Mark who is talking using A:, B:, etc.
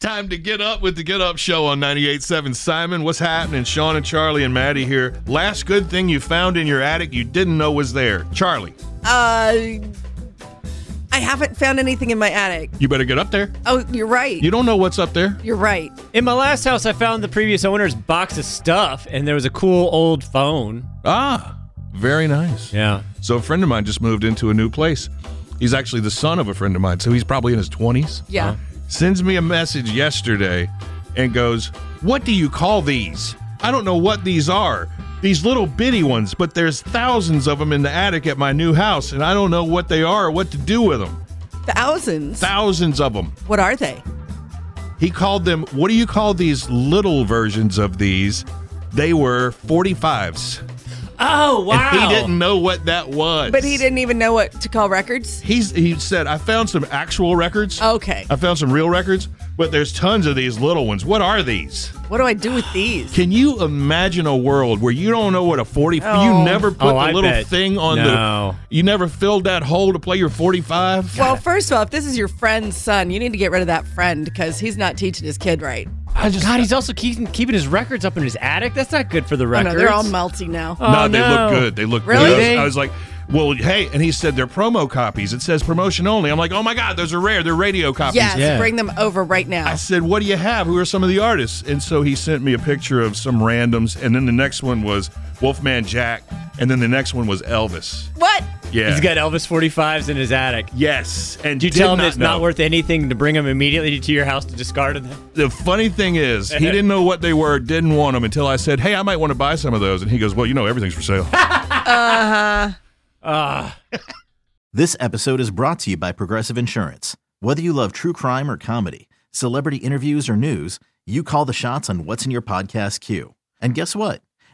A: Time to get up with the Get Up Show on 98.7 Simon. What's happening? Sean and Charlie and Maddie here. Last good thing you found in your attic you didn't know was there. Charlie,
B: Uh, I haven't found anything in my attic.
A: you better get up there.
B: Oh, you're right.
A: You don't know what's up there.
B: You're right.
C: In my last house, I found the previous owner's box of stuff, and there was a cool old phone.
A: Ah, very nice.
C: Yeah.
A: So a friend of mine just moved into a new place. He's actually the son of a friend of mine, so he's probably in his 20s.
B: Yeah.
A: Sends me a message yesterday and goes, "What do you call these? I don't know what these are. These little bitty ones, but there's thousands of them in the attic at my new house and I don't know what they are or what to do with them.
B: Thousands.
A: Thousands of them."
B: what are they?
A: He called them, "What do you call these little versions of these?" They were 45s.
C: Oh wow!
A: And he didn't know what that was.
B: But he didn't even know what to call records.
A: He's, he said, I found some actual records.
B: Okay.
A: I
C: Uh,
A: found some real records, but there's tons of these little ones. What are these?
B: What do I do with these?
A: Can you imagine a world where you don't know what a 40
B: Oh.
A: you never put
C: Oh,
A: the
C: I
A: little
C: bet.
A: thing on
C: No.
A: the you never filled that hole to play your 45?
B: Well, first of all, if this is your friend's son, you need to get rid of that friend because he's not teaching his kid right.
A: I just
C: God, he's also keeping keeping his records up in his attic. That's not good for the
B: Oh,
C: records.
B: no, they're all melty now.
A: No,
C: Oh,
A: they
C: no.
A: look good. They look
B: Really?
A: good. I was, I was like, well, hey, and he said they're promo copies. It says promotion only. I'm like, "Oh my god, those are rare. They're radio copies."
B: yes,
C: yeah.
B: bring them over right now.
A: I said, "What do you have? Who are some of the artists?" And so he sent me a picture of some randoms, and then the next one was Wolfman Jack, and then the next one was Elvis.
B: what?
A: Yeah,
C: He's got Elvis 45s in his attic.
A: yes. And
C: Do you
A: did
C: tell him it's
A: know.
C: not worth anything to bring him immediately to your house to discard them?
A: The funny thing is, he didn't know what they were, didn't want them until I said, "Hey, I might want to buy some of those," and he goes, "Well, you know, everything's for sale."
D: This episode is brought to you by Progressive Insurance. Whether you love true crime or comedy, celebrity interviews or news, you call the shots on what's in your podcast queue. And guess what?